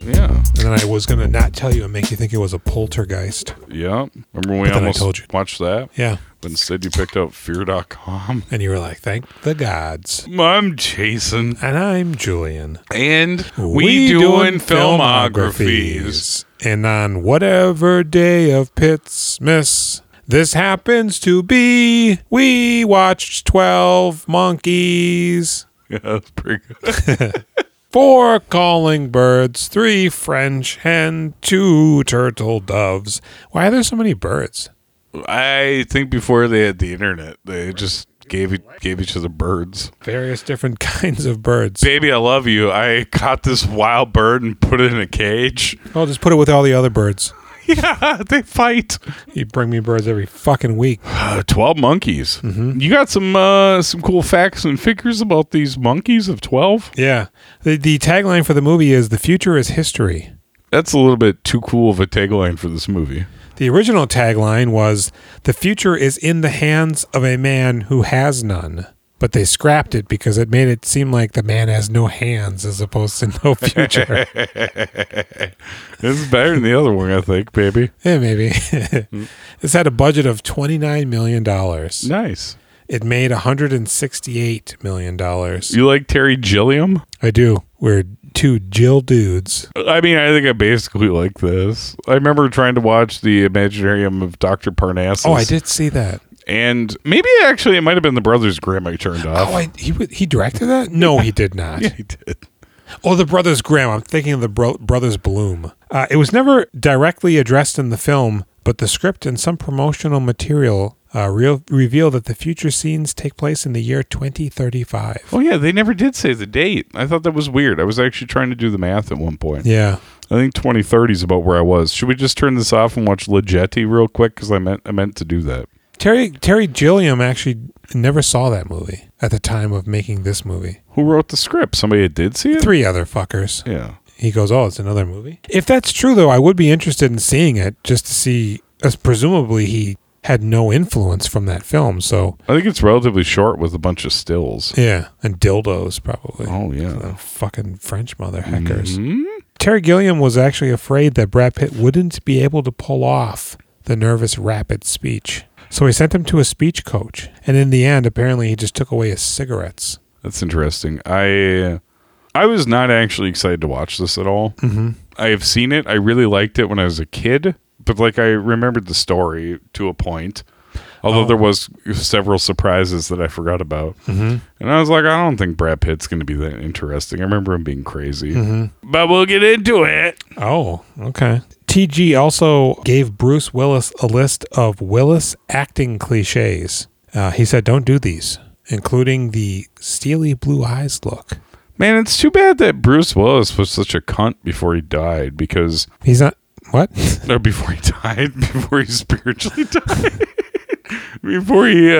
Yeah. And then I was going to not tell you and make you think it was a poltergeist. Yeah. Remember when we But then I almost told you. watched that? Yeah. But instead you picked up fear.com. And you were like, thank the gods. I'm Jason. And I'm Julian. And we, doing filmographies. And on whatever day of Pittsmas this happens to be, we watched 12 monkeys. Yeah, that's pretty good. Four calling birds, three French hen, two turtle doves. Why are there so many birds? I think before they had the internet, they just gave e- gave each other birds. Various different kinds of birds. Baby, I love you. I caught this wild bird and put it in a cage. I'll just put it with all the other birds. Yeah, they fight. You bring me birds every fucking week. Uh, Twelve monkeys. You got some uh, some cool facts and figures about these monkeys of twelve. Yeah. The, the tagline for the movie is The future is history. That's a little bit too cool of a tagline for this movie. The original tagline was The future is in the hands of a man who has none. But they scrapped it because it made it seem like the man has no hands as opposed to no future. This is better than the other one, I think, baby. yeah, maybe. this had a budget of $29 million. Nice. It made $168 million. You like Terry Gilliam? I do. We're two Jill dudes. I mean, I think I basically like this. I remember trying to watch the Imaginarium of Dr. Parnassus. Oh, I did see that. And maybe actually it might have been the Brothers Grimm I turned off. Oh, I, he wa- he directed that? No, he did not. yeah, I did. Oh, the Brothers Grimm. I'm thinking of the bro- Brothers Bloom. Uh, it was never directly addressed in the film, but the script and some promotional material uh, real, reveal that the future scenes take place in the year 2035. Oh, yeah, they never did say the date. I thought that was weird. I was actually trying to do the math at one point. Yeah. I think 2030 is about where I was. Should we just turn this off and watch Legetti real quick? Because I meant, I meant to do that. Terry Terry Gilliam actually never saw that movie at the time of making this movie. Who wrote the script? Somebody that did see it? Three other fuckers. Yeah. He goes, "Oh, it's another movie." If that's true though, I would be interested in seeing it just to see as presumably he had no influence from that film, so I think it's relatively short with a bunch of stills. Yeah, and dildos probably. Oh, yeah. The fucking French mother heckers. Mhm. Terry Gilliam was actually afraid that Brad Pitt wouldn't be able to pull off the nervous, rapid speech. So he sent him to a speech coach. And in the end, apparently he just took away his cigarettes. That's interesting. I I was not actually excited to watch this at all. Mm-hmm. I have seen it. I really liked it when I was a kid, but like I remembered the story to a point. Although there was several surprises that I forgot about, mm-hmm. and I was like, I don't think Brad Pitt's going to be that interesting. I remember him being crazy, but we'll get into it. Oh, okay. TG also gave Bruce Willis a list of Willis acting cliches. Uh, he said, don't do these, including the steely blue eyes look. Man, it's too bad that Bruce Willis was such a cunt before he died, because He's not. What? No, before he died, before he spiritually died, before he uh,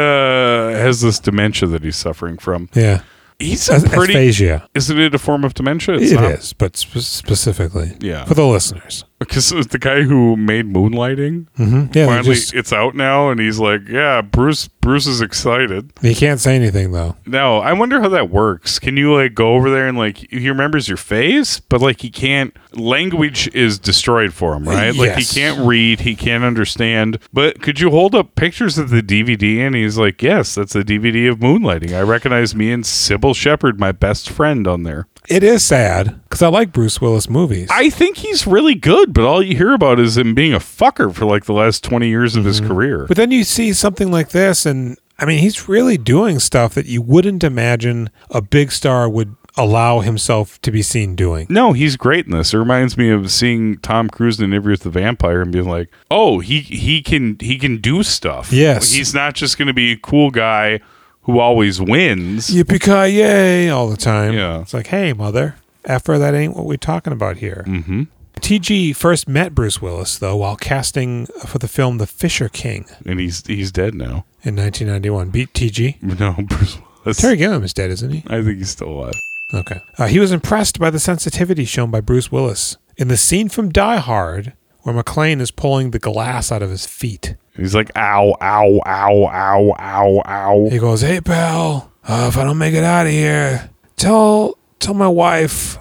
has this dementia that he's suffering from. yeah. He's a As- pretty. Aphasia. Isn't it a form of dementia? It is, not, but spe- specifically Yeah. for the listeners. Because it's the guy who made moonlighting. Mm-hmm. Yeah, they Finally, just, it's out now, and he's like, "Yeah, Bruce. Bruce is excited." he can't say anything though. Now, I wonder how that works. Can you like go over there and like he remembers your face, but like he can't. Language is destroyed for him, right? Like he Yes. can't read, he can't understand. But could you hold up pictures of the DVD and he's like, "Yes, that's the DVD of Moonlighting. I recognize me and Sybil Shepherd, my best friend, on there." It is sad because I like Bruce Willis movies. I think he's really good, but all you hear about is him being a fucker for like the last twenty years of his career. but then you see something like this, and I mean, he's really doing stuff that you wouldn't imagine a big star would allow himself to be seen doing. No, he's great in this. It reminds me of seeing Tom Cruise in Interview with the Vampire and being like, "Oh, he he can he can do stuff. Yes. he's not just going to be a cool guy who always wins." Yippee ki yay! All the time. Yeah. it's like, hey, mother, after that ain't what we're talking about here. Mm-hmm. TG first met Bruce Willis though while casting for the film The Fisher King And he's he's dead now. in 1991. Beat TG. No, Bruce Willis. Terry Gilliam is dead, isn't he? I think he's still alive. Okay. Uh, he was impressed by the sensitivity shown by Bruce Willis in the scene from Die Hard where McClane is pulling the glass out of his feet. He's like, "Ow, ow, ow, ow, ow, ow." He goes, "Hey pal, uh, if I don't make it out of here, tell tell my wife,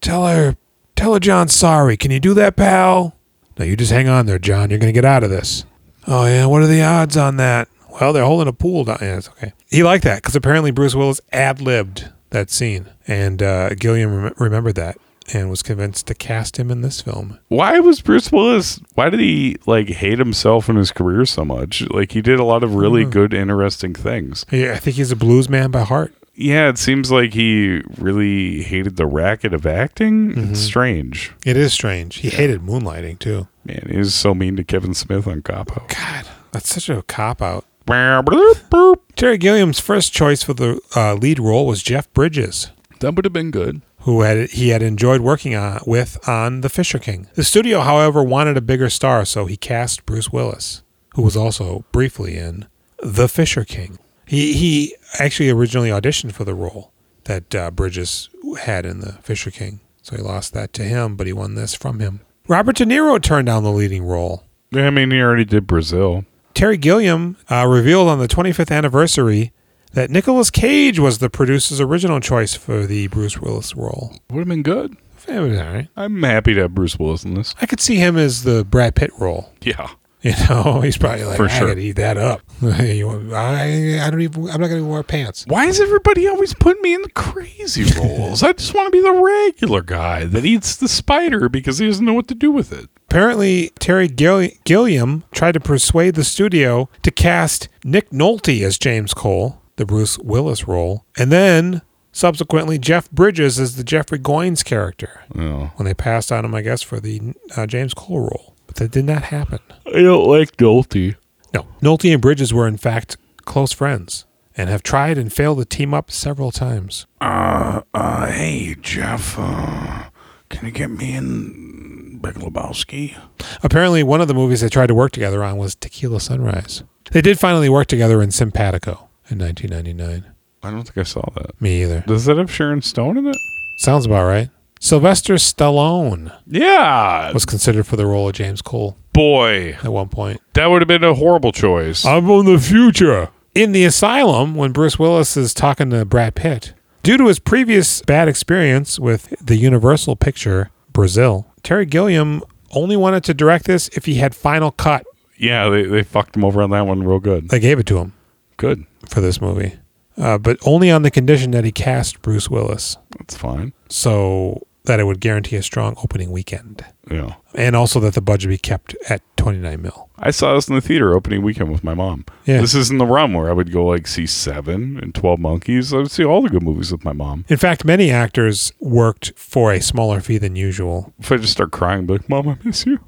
tell her, tell Tell John sorry. Can you do that, pal? No, you just hang on there, John. You're going to get out of this. Oh, yeah. What are the odds on that? Well, they're holding a pool. Down. Yeah, it's okay. He liked that because apparently Bruce Willis ad libbed that scene. And uh, Gilliam rem- remembered that and was convinced to cast him in this film. Why was Bruce Willis? Why did he like hate himself and his career so much? Like he did a lot of Hmm. really good, interesting things. Yeah, I think he's a blues man by heart. Yeah, it seems like he really hated the racket of acting. It's strange. It is strange. He hated moonlighting, too. Man, he was so mean to Kevin Smith on Cop Out. God, that's such a cop out. Bow, bloop, boop. Terry Gilliam's first choice for the uh, lead role was Jeff Bridges. That would have been good. who had he had enjoyed working on, with on The Fisher King. The studio, however, wanted a bigger star, so he cast Bruce Willis, who was also briefly in The Fisher King. He he actually originally auditioned for the role that uh, Bridges had in The Fisher King, so he lost that to him, but he won this from him. Robert De Niro turned down the leading role. Yeah, I mean, he already did Brazil. Terry Gilliam uh, revealed on the 25th anniversary that Nicolas Cage was the producer's original choice for the Bruce Willis role. Would have been good. It was all right. I'm happy to have Bruce Willis in this. I could see him as the Brad Pitt role. Yeah. You know, he's probably like, For I sure. could eat that up. You want- I, I don't even. I'm not going to wear pants. Why is everybody always putting me in the crazy roles? I just want to be the regular guy that eats the spider because he doesn't know what to do with it. Apparently, Terry Gil- Gilliam tried to persuade the studio to cast Nick Nolte as James Cole, the Bruce Willis role, and then subsequently Jeff Bridges as the Jeffrey Goines character. Oh. When they passed on him, I guess for the uh, James Cole role, but that did not happen. I don't like Nolte. No. Nolte and Bridges were, in fact, close friends and have tried and failed to team up several times. Uh, uh, hey, Jeff, uh, can you get me in Big Lebowski? Apparently, one of the movies they tried to work together on was Tequila Sunrise. They did finally work together in Simpatico in 1999. I don't think I saw that. Me either. Does that have Sharon Stone in it? Sounds about right. Sylvester Stallone Yeah. was considered for the role of James Cole Boy, at one point. that would have been a horrible choice. I'm on the future. In the asylum, when Bruce Willis is talking to Brad Pitt, due to his previous bad experience with the Universal picture, Brazil, Terry Gilliam only wanted to direct this if he had final cut. yeah, they, they fucked him over on that one real good. They gave it to him Good. for this movie, uh, but only on the condition that he cast Bruce Willis That's fine. so that it would guarantee a strong opening weekend. Yeah. And also that the budget be kept at 29 mil. I saw this in the theater opening weekend with my mom. Yeah. This isn't the realm where I would go like see Seven and Twelve Monkeys. I would see all the good movies with my mom. In fact, many actors worked for a smaller fee than usual. If I just start crying, I'd be like, Mom, I miss you.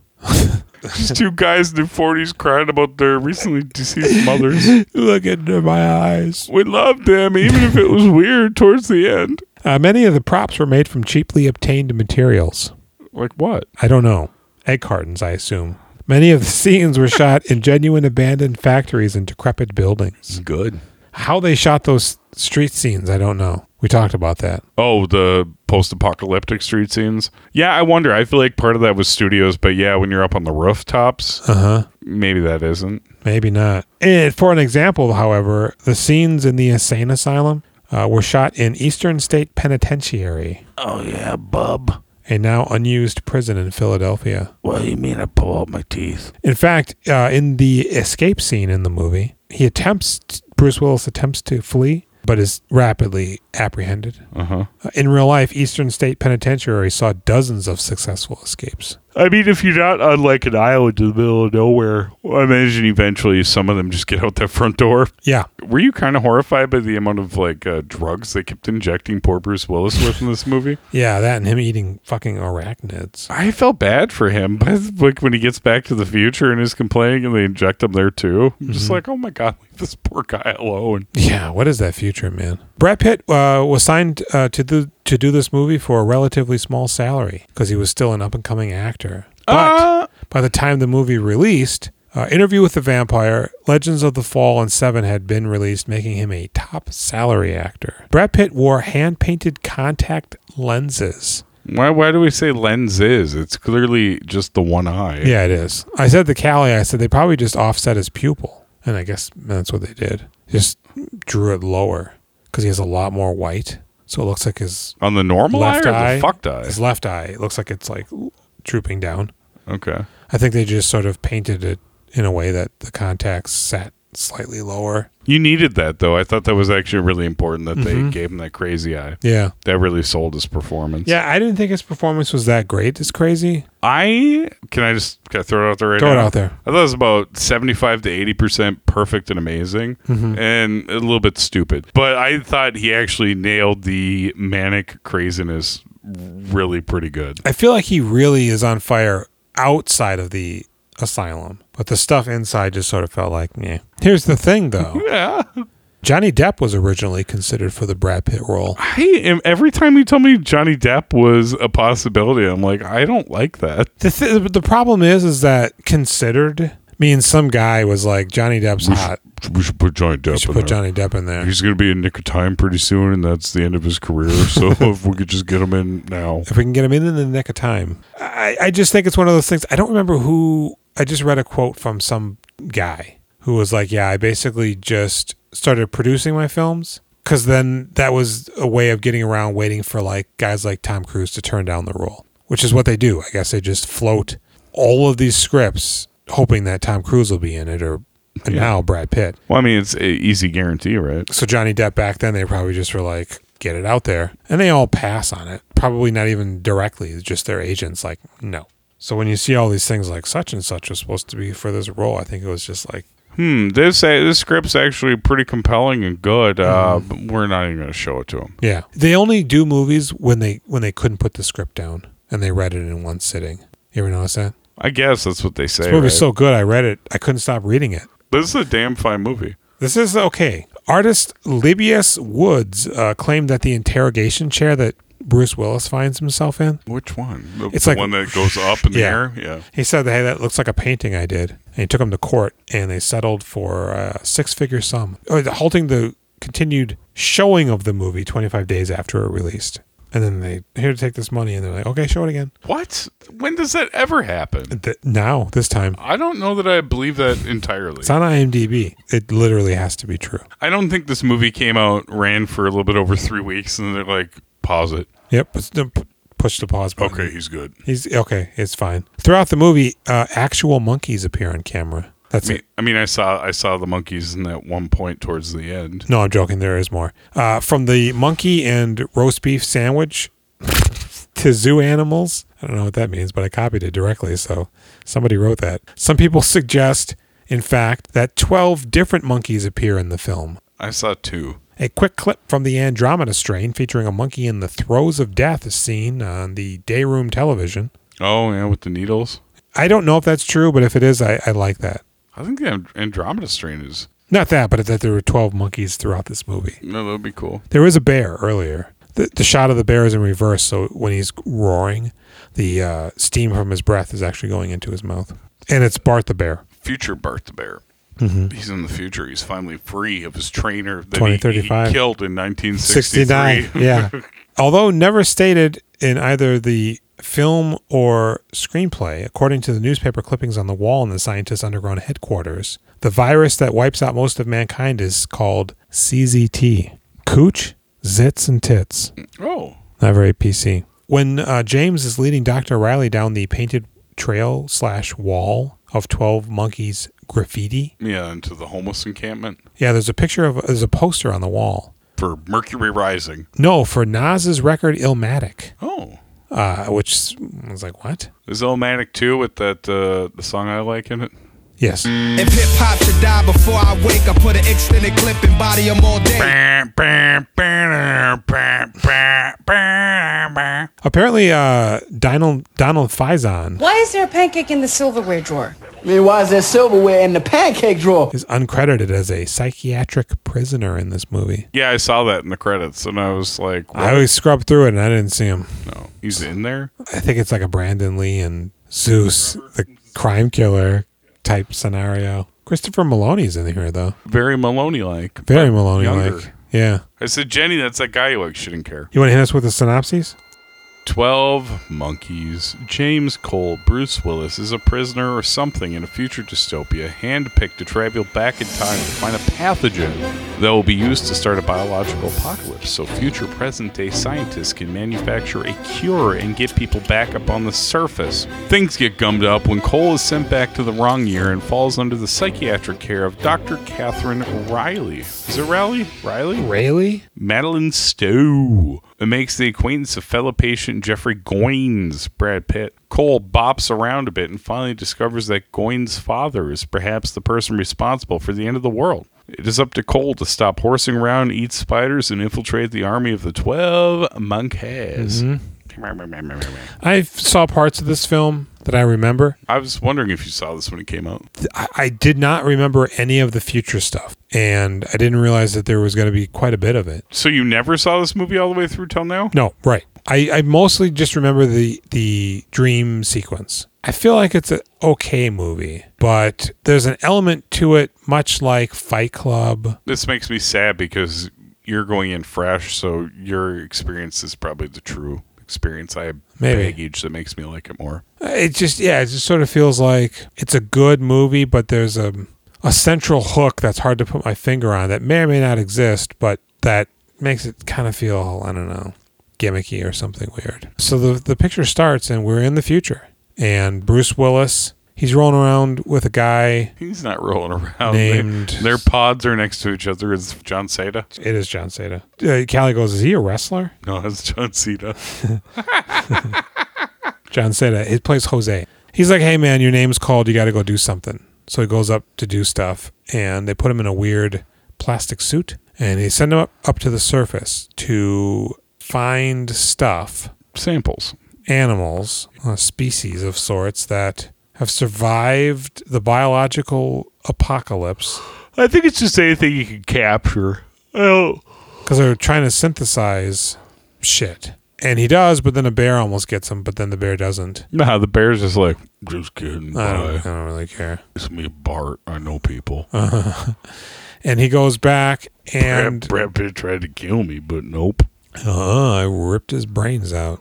just two guys in their forties crying about their recently deceased mothers. Look into my eyes. We loved them, even if it was weird towards the end. Uh, many of the props were made from cheaply obtained materials. Like what? I don't know. Egg cartons, I assume. Many of the scenes were shot in genuine abandoned factories and decrepit buildings. Good. How they shot those street scenes, I don't know. We talked about that. Oh, the post-apocalyptic street scenes. Yeah, I wonder. I feel like part of that was studios, but yeah, when you're up on the rooftops, Uh huh. maybe that isn't. Maybe not. And for an example, however, the scenes in the insane asylum uh, were shot in Eastern State Penitentiary, Oh yeah, bub. a now unused prison in Philadelphia. What do you mean I pull out my teeth? In fact, uh, in the escape scene in the movie, he attempts, Bruce Willis attempts to flee, but is rapidly apprehended. Uh huh. Uh, In real life, Eastern State Penitentiary saw dozens of successful escapes. I mean, if you're not on like an island in the middle of nowhere, I imagine eventually some of them just get out that front door. Yeah. Were you kind of horrified by the amount of like uh, drugs they kept injecting poor Bruce Willis with in this movie? Yeah, that and him eating fucking arachnids. I felt bad for him, but like when he gets back to the future and is complaining, and they inject him there too, I'm just like, oh my god, leave this poor guy alone. Yeah, what is that future, man? Brad Pitt uh, was signed uh, to do to do this movie for a relatively small salary because he was still an up and coming actor. But Uh, by the time the movie released, uh, Interview with the Vampire, Legends of the Fall, and Seven had been released, making him a top salary actor. Brad Pitt wore hand painted contact lenses. why? Why do we say lens is? It's clearly just the one eye. Yeah, it is. I said the Cali, I said they probably just offset his pupil. And I guess that's what they did. Just drew it lower because he has a lot more white. So it looks like his On the normal left eye or eye, the fucked eye? his left eye, it looks like it's like drooping down. Okay. I think they just sort of painted it in a way that the contacts sat slightly lower. You needed that though. I thought that was actually really important that they gave him that crazy eye. Yeah. That really sold his performance. Yeah, I didn't think his performance was that great. It's crazy. I can I just can I throw it out there right Throw it now? out there. I thought it was about seventy five to eighty percent perfect and amazing Mm-hmm. and a little bit stupid. But I thought he actually nailed the manic craziness really pretty good. I feel like he really is on fire outside of the asylum, but the stuff inside just sort of felt like, yeah. Here's the thing, though Yeah. Johnny Depp was originally considered for the Brad Pitt role. I am every time you tell me Johnny Depp was a possibility, I'm like, I don't like that. The, th- the problem is, is that considered means some guy was like, Johnny Depp's hot. We should put Johnny Depp We should put Johnny Depp in there. He's going to be in nick of time pretty soon, and that's the end of his career. So if we could just get him in now, if we can get him in in the nick of time. I, I just think it's one of those things. I don't remember who. I just read a quote from some guy who was like, "Yeah, I basically just started producing my films because then that was a way of getting around waiting for like guys like Tom Cruise to turn down the role, which is what they do. I guess they just float all of these scripts, hoping that Tom Cruise will be in it or." And Yeah. now Brad Pitt. well, I mean, it's a easy guarantee, right? So Johnny Depp back then, they probably just were like, get it out there. And they all pass on it. Probably not even directly, it's just their agents, like, no. So when you see all these things like such and such was supposed to be for this role, I think it was just like, Hmm. This uh, this script's actually pretty compelling and good. Uh, but We're not even going to show it to him. yeah. They only do movies when they when they couldn't put the script down and they read it in one sitting. You ever notice that? I guess that's what they say. This movie's right? so good, I read it. I couldn't stop reading it. this is a damn fine movie. This is okay. Artist Libius Woods uh, claimed that the interrogation chair that Bruce Willis finds himself in Which one? The, It's the like- one that goes up in the Yeah. air. Yeah. He said, "Hey, that looks like a painting I did." And he took him to court, and they settled for a six-figure sum, or the- halting the continued showing of the movie 25 days after it released. And then they here to take this money, and they're like, "Okay, show it again." What? When does that ever happen? Th- now, this time, I don't know that I believe that entirely. it's on IMDb. It literally has to be true. I don't think this movie came out, ran for a little bit over three weeks, and they're like, pause it. Yep, push the, push the pause button. Okay, he's good. he's okay. It's fine. Throughout the movie, uh, actual monkeys appear on camera. That's I mean, it. I mean, I saw I saw the monkeys in that one point towards the end. No, I'm joking. There is more. Uh, from the monkey and roast beef sandwich to zoo animals. I don't know what that means, but I copied it directly. So somebody wrote that. Some people suggest, in fact, that 12 different monkeys appear in the film. I saw two. A quick clip from the Andromeda strain featuring a monkey in the throes of death is seen on the dayroom television. Oh yeah, with the needles. I don't know if that's true, but if it is, I, I like that. I think the And- Andromeda strain is. Not that, but that there were 12 monkeys throughout this movie. No, that'd be cool. There is a bear earlier. The, the shot of the bear is in reverse, so when he's roaring, the uh, steam from his breath is actually going into his mouth. And it's Bart the bear. Future Bart the Bear. Mm-hmm. He's in the future. He's finally free of his trainer that he- he, 2035. killed in 1963. 69. Yeah. Although never stated in either the film or screenplay, according to the newspaper clippings on the wall in the scientist's underground headquarters, the virus that wipes out most of mankind is called CZT. Cooch, zits, and tits. Oh, Not very PC. When uh, James is leading Dr. Riley down the painted trail slash wall of 12 monkeys graffiti, yeah, into the homeless encampment yeah, there's a picture of, there's a poster on the wall. for Mercury Rising. No, for Nas's record Illmatic, Oh, uh, which I was like, what? is Illmatic too with that uh, the song I like in it? Yes. If hip hop should die before I wake, I put an extended clip and body him all day. Apparently, uh, Donald, Donald Faison Why is there a pancake in the silverware drawer? I mean, why is there silverware in the pancake drawer? is uncredited as a psychiatric prisoner in this movie. Yeah, I saw that in the credits, and I was like, I always scrubbed through it and I didn't see him. No, he's in there. I think it's like a Brandon Lee and Zeus, the crime killer type scenario. Christopher Maloney's in here though. Very Maloney like. Very Maloney younger. like. Yeah. I said, Jenny, that's that guy who like shouldn't care. You want to hit us with the synopses? 12 Monkeys. James Cole, Bruce Willis, is a prisoner or something in a future dystopia, handpicked to travel back in time to find a pathogen that will be used to start a biological apocalypse so future present day scientists can manufacture a cure and get people back up on the surface. Things get gummed up when Cole is sent back to the wrong year and falls under the psychiatric care of Dr. Catherine Riley. Is it Riley? Riley? Really? Madeline Stowe. It makes the acquaintance of fellow patient Jeffrey Goines, Brad Pitt. Cole bops around a bit and finally discovers that Goines' father is perhaps the person responsible for the end of the world. It is up to Cole to stop horsing around, eat spiders, and infiltrate the army of the 12 monkeys. I saw parts of this film that I remember. I was wondering if you saw this when it came out. I, I did not remember any of the future stuff, and I didn't realize that there was going to be quite a bit of it. So you never saw this movie all the way through till now? No, right. I, I mostly just remember the the dream sequence. I feel like it's an okay movie, but there's an element to it much like Fight Club. This makes me sad because you're going in fresh, so your experience is probably the true experience. I have Maybe. baggage that makes me like it more. It just yeah, it just sort of feels like it's a good movie, but there's a a central hook that's hard to put my finger on that may or may not exist, but that makes it kind of feel I don't know gimmicky or something weird. So the the picture starts and we're in the future, and Bruce Willis he's rolling around with a guy. He's not rolling around. Named- They- their pods are next to each other. Is John Seda? It is John Seda. Uh, Callie goes, is he a wrestler? No, that's John Seda. John Seda. He plays Jose. He's like, hey man, your name's called. You got to go do something. So he goes up to do stuff, and they put him in a weird plastic suit, and they send him up, up to the surface to find stuff, Samples. animals, a species of sorts that have survived the biological apocalypse I think it's just anything you can capture. Oh. because they're trying to synthesize shit. And he does, but then a bear almost gets him, but then the bear doesn't. Nah, the bear's just like, just kidding. I don't, I Bye. don't really care. It's me, Bart. I know people. and he goes back and Brad, Brad Pitt tried to kill me, but nope. uh, I ripped his brains out.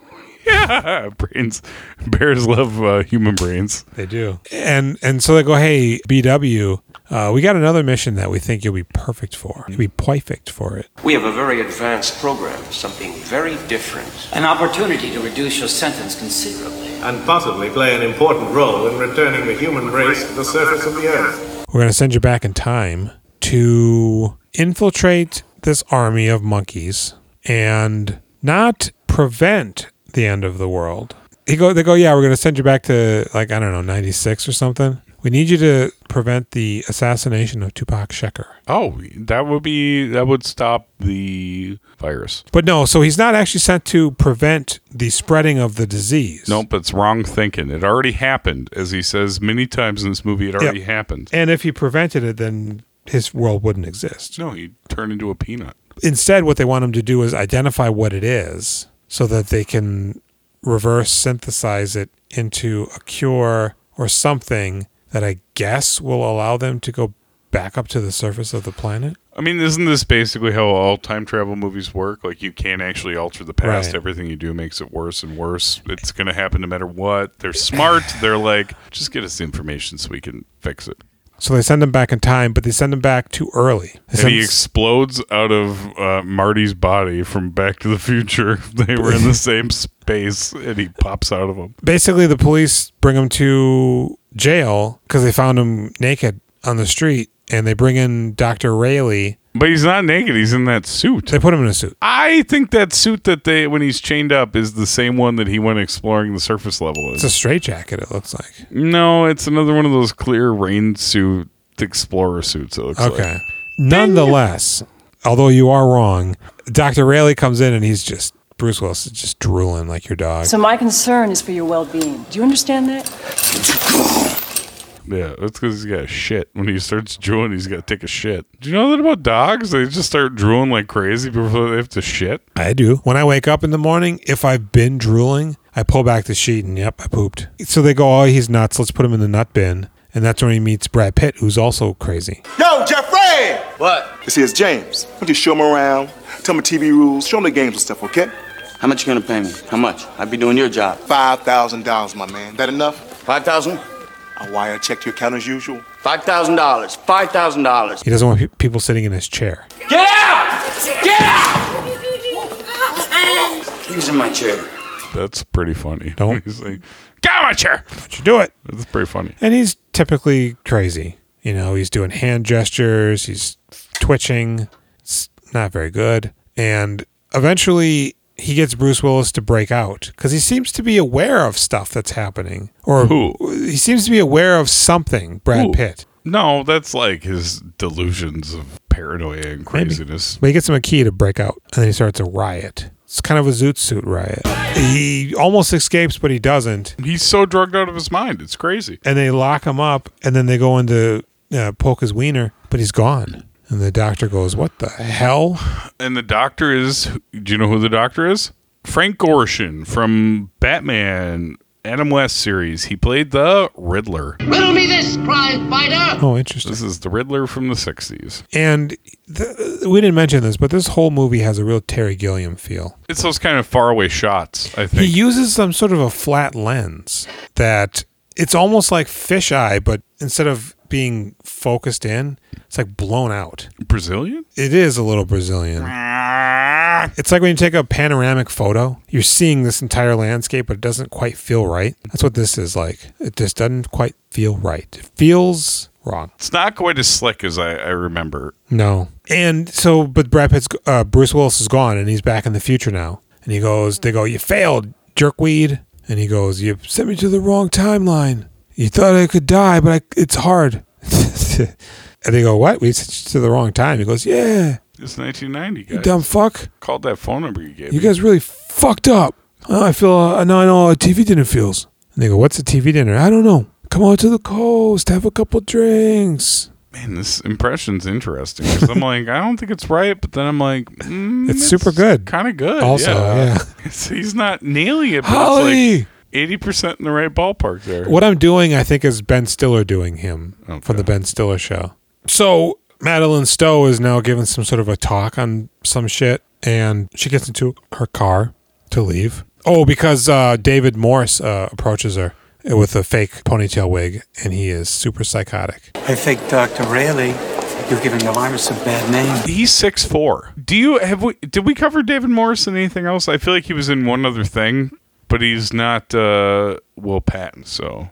brains. Bears love uh, human brains. They do, and and so they go, hey BW, uh, we got another mission that we think you'll be perfect for. You'll be perfect for it. We have a very advanced program, something very different. An opportunity to reduce your sentence considerably. and possibly play an important role in returning the human race to the surface of the earth. We're gonna send you back in time to infiltrate this army of monkeys and not prevent the end of the world. He go, they go, yeah, we're gonna send you back to like I don't know, ninety six or something. We need you to prevent the assassination of Tupac Shakur. Oh, that would be that would stop the virus. But no, so he's not actually sent to prevent the spreading of the disease. Nope, it's wrong thinking. It already happened, as he says many times in this movie. It already happened. And if he prevented it, then his world wouldn't exist. No, he turned into a peanut. Instead, what they want him to do is identify what it is so that they can reverse synthesize it into a cure or something that I guess will allow them to go back up to the surface of the planet. I mean, isn't this basically how all time travel movies work? Like you can't actually alter the past. Right. Everything you do makes it worse and worse. It's going to happen no matter what. They're smart. They're like, just get us the information so we can fix it. So they send him back in time, but they send him back too early. They And he send- explodes out of uh, Marty's body from Back to the Future. They were in the same space, and he pops out of him. basically the police bring him to jail because they found him naked on the street and they bring in dr rayleigh But he's not naked. He's in that suit. they put him in a suit I think that suit that they when he's chained up is the same one that he went exploring the surface level it's a in. straitjacket it looks like No, it's another one of those clear rain suit explorer suits. It looks okay like. nonetheless although you are wrong dr rayleigh comes in and he's just bruce willis is just drooling like your dog So my concern is for your well-being. Do you understand that? Yeah, that's because he's got a shit. When he starts drooling, he's got to take a shit. Do you know that about dogs? They just start drooling like crazy before they have to shit. i do when i wake up in the morning if i've been drooling i pull back the sheet and yep i pooped so they go oh he's nuts let's put him in the nut bin and that's when he meets brad pitt who's also crazy Yo, Jeffrey! What? You see, it's James. Why don't you show him around? Tell him the TV rules, show him the games and stuff, okay? How much you gonna pay me? How much? I'd be doing your job. Five thousand dollars, my man. That enough? Five thousand? I wire check to your account as usual. Five thousand dollars. Five thousand dollars. He doesn't want pe- people sitting in his chair. Get out! Get out! He was in my chair. That's pretty funny. Don't. He's like, get out of my chair. But you do it. That's pretty funny. And he's typically crazy. You know, he's doing hand gestures, he's twitching. It's not very good. And eventually he gets Bruce Willis to break out because he seems to be aware of stuff that's happening. Or Who? he seems to be aware of something, Brad Who? Pitt. No, that's like his delusions of paranoia and Maybe. craziness. But he gets him a key to break out, and then he starts a riot. It's kind of a zoot suit riot. He almost escapes, but he doesn't. He's so drugged out of his mind. It's crazy. and they lock him up, and then they go in to uh, poke his wiener, but he's gone. And the doctor goes, "What the hell?" And the doctor is. Do you know who the doctor is? Frank Gorshin from Batman Adam West series. He played the Riddler. Riddle me this, crime fighter! Oh, interesting. This is the Riddler from the 60s. And th- we didn't mention this, but this whole movie has a real Terry Gilliam feel. It's those kind of faraway shots, I He think. uses some sort of a flat lens that it's almost like fisheye, but instead of being focused in, it's like blown out. Brazilian? It is a little Brazilian. It's like when you take a panoramic photo, you're seeing this entire landscape, but it doesn't quite feel right. That's what this is like. It just doesn't quite feel right. It feels wrong. It's not quite as slick as I, I remember. No. And so, but Brad Pitt's, uh, Bruce Willis is gone and he's back in the future now. And he goes, they go, you failed, jerkweed. And he goes, you sent me to the wrong timeline. You thought I could die, but I, it's hard. and they go, what? We sent you to the wrong time. He goes, yeah, It's 1990, you guys. dumb fuck. Called that phone number you gave you me. guys really fucked up. Uh, I feel uh, now I know how a TV dinner feels. And they go, what's a TV dinner? I don't know. Come out to the coast, have a couple drinks. Man, this impression's interesting. 'cause I'm like, I don't think it's right, but then I'm like, mm, It's super good. Kind of good. Also, yeah. It's- he's not nailing it, but Holly! it's like 80% in the right ballpark there. What I'm doing, I think, is Ben Stiller doing him from the Ben Stiller show. So Madeline Stowe is now giving some sort of a talk on some shit, and she gets into her car to leave. Oh, because uh, David Morse uh, approaches her with a fake ponytail wig, and he is super psychotic. Hey, fake Dr. Rayleigh, you're giving Elimus a bad name. He's six four. Do you have we did we cover David Morris and anything else? I feel like he was in one other thing, but he's not uh, Will Patton. So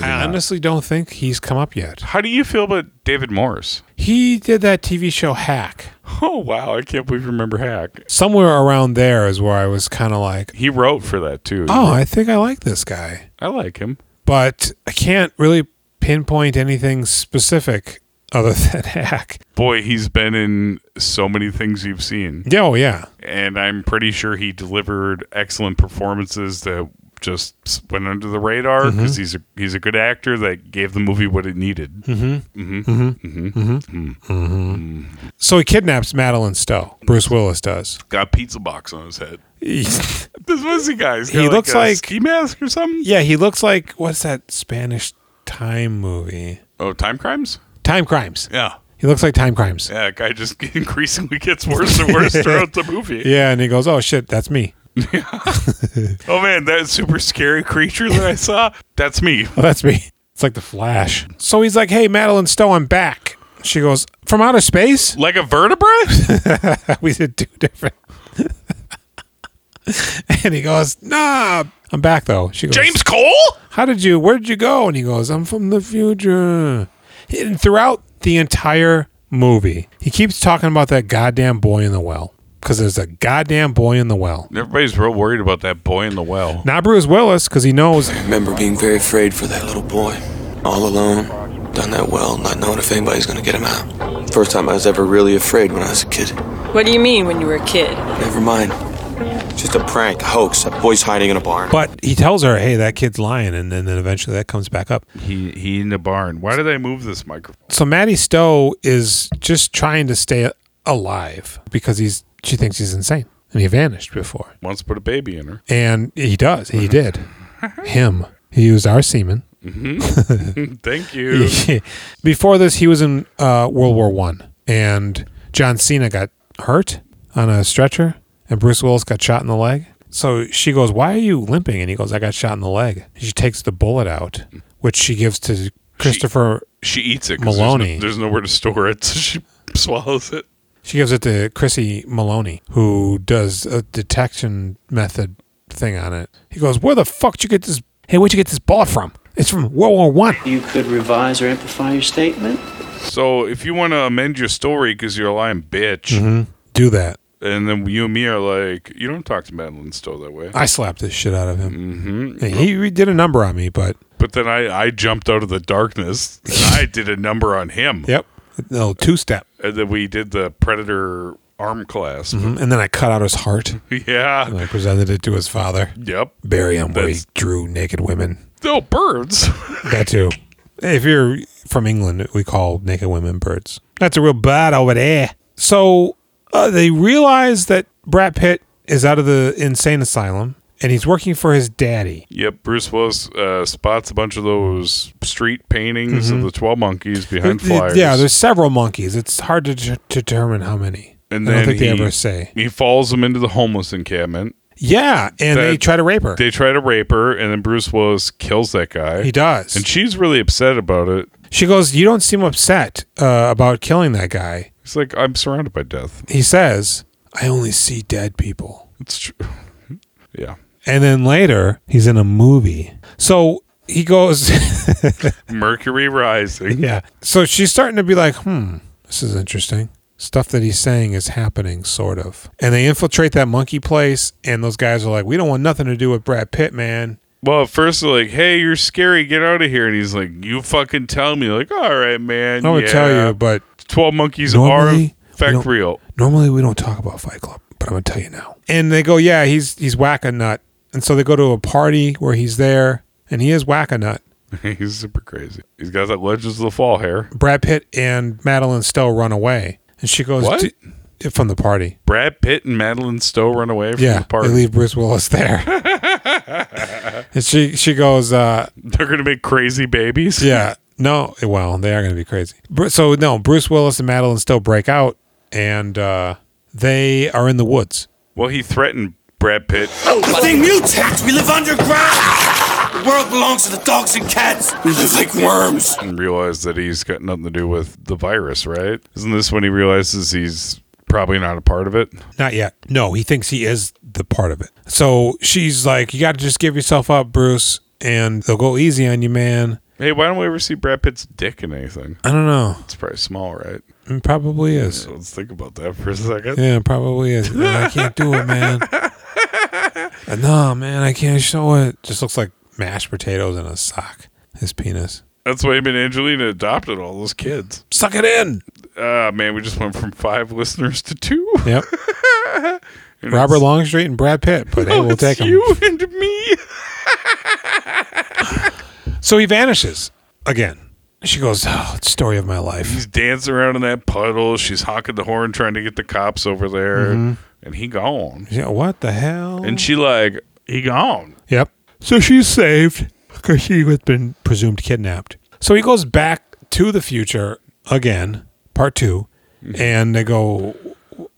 I honestly don't think he's come up yet. how do you feel about David Morris? He did that TV show Hack. Oh wow, I can't believe you remember Hack. Somewhere around there is where I was kind of like, He wrote for that too. oh, I think I like this guy. I like him. but I can't really pinpoint anything specific other than hack. Boy, he's been in so many things you've seen, Yeah, oh yeah. and I'm pretty sure he delivered excellent performances that just went under the radar Mm-hmm. because he's a he's a good actor that gave the movie what it needed. Hmm. So he kidnaps Madeline Stowe. Bruce Willis does. Got a pizza box on his head. He's- This was the guy's. He looks a like- ski mask or something. yeah, he looks like what's that Spanish time movie? Oh, time crimes. Time Crimes. Yeah, He looks like Time Crimes. yeah. Guy just increasingly gets worse and worse throughout the movie. Yeah, and he goes, "Oh shit, that's me." Oh man, that super scary creature that I saw. That's me. Oh, that's me. It's like the Flash. So he's like, "Hey, Madeline Stowe, I'm back." She goes, "From outer space?" Like a vertebra? we did two different. and he goes, "Nah, I'm back though." She goes, James Cole? how did you where did you go and he goes i'm from the future and throughout the entire movie he keeps talking about that goddamn boy in the well because there's a goddamn boy in the well Everybody's real worried about that boy in the well. not bruce willis because he knows I remember being very afraid for that little boy. All alone, down that well, not knowing if anybody's gonna get him out. First time I was ever really afraid when I was a kid. What do you mean when you were a kid? Never mind. Just a prank, a hoax. That boy's hiding in a barn. but he tells her hey that kid's lying and then, then eventually that comes back up He he in the barn. Why did I move this microphone? so maddie stowe is just trying to stay alive because he's she thinks he's insane and he vanished before Wants to put a baby in her. and he does he did him he used our semen Thank you. Before this, he was in uh, World War One, and John Cena got hurt on a stretcher, and Bruce Willis got shot in the leg. So she goes, "Why are you limping?" And he goes, "I got shot in the leg." She takes the bullet out, which she gives to Christopher. She eats it. 'cause there's Maloney. no- There's, nowhere to store it, so she swallows it. She gives it to Chrissy Maloney, who does a detection method thing on it. He goes, "Where the fuck did you get this? Hey, where'd you get this bullet from? It's from World War One." You could revise or amplify your statement. So if you want to amend your story because you're a lying bitch, Mm-hmm. Do that. and then you and me are like, you don't talk to Madeline Stowe that way. I slapped this shit out of him. Mm-hmm. He, he did a number on me, but But then I, I jumped out of the darkness. And I did a number on him. yep, no two step. And then we did the predator arm clasp. And then I cut out his heart Yeah. and I presented it to his father. Yep. Bury him where he That's- drew naked women. No birds. That too. If you're from England, we call naked women birds. That's a real bad over there. So uh, they realize that Brad Pitt is out of the insane asylum and he's working for his daddy. yep. Bruce Willis uh, spots a bunch of those street paintings of the twelve monkeys behind Th- th- flyers. Mm-hmm. Yeah, there's several monkeys. It's hard to de- determine how many. And I then don't think he, they ever say. He follows them into the homeless encampment. Yeah, and they That- try to rape her. They try to rape her, and then Bruce Willis kills that guy. he does. And she's really upset about it. She goes, You don't seem upset uh, about killing that guy. He's like, I'm surrounded by death. He says, I only see dead people. It's true. yeah. And then later, he's in a movie. So he goes, Mercury rising. Yeah. So she's starting to be like, Hmm, this is interesting. Stuff that he's saying is happening, sort of. And they infiltrate that monkey place, and those guys are like, We don't want nothing to do with Brad Pitt, man. Well, at first they're like, "Hey, you're scary. Get out of here!" And he's like, "You fucking tell me." Like, all right, man. I would yeah. tell you, but twelve monkeys are in Normally, we fact don't- real. normally we don't talk about Fight Club, but I'm gonna tell you now. And they go, yeah, he's he's whack a nut. And so they go to a party where he's there, and he is whack a nut. he's super crazy. He's got that Legends of the Fall hair. Brad Pitt and Madeline Stowe run away, and she goes What? "D- from the party. Brad Pitt and Madeline Stowe run away from yeah, the party. they leave Bruce Willis there, and she she goes, uh, They're gonna make crazy babies. yeah, no, well, they are gonna be crazy. Bru- So no, Bruce Willis and Madeline Stowe break out, and uh, they are in the woods. Well, he threatened Brad Pitt. They mutate. We live underground. The world belongs to the dogs and cats. We live like worms. and realized that he's got nothing to do with the virus, right? Isn't this when he realizes he's probably not a part of it? Not yet. No, he thinks he is the part of it. So she's like, "You got to just give yourself up, Bruce, and they'll go easy on you, man." Hey, why don't we ever see Brad Pitt's dick in anything? I don't know. It's probably small, right? It probably is. So let's think about that for a second. Yeah, it probably is. Man, I can't do it, man. Uh, no, man, I can't show it. Just looks like mashed potatoes in a sock. His penis. That's why him and Angelina adopted all those kids. Suck it in. Ah, man, we just went from five listeners to two. Yep. And Robert it's- Longstreet and Brad Pitt, but hey, Oh, we'll it's take him. you and me. So he vanishes again. She goes, "Oh, it's the story of my life." He's dancing around in that puddle. She's honking the horn, trying to get the cops over there, Mm-hmm. and he gone. Yeah, what the hell? And she like, he gone. Yep. So she's saved because she had been presumed kidnapped. So he goes back to the future again, part 2 and they go,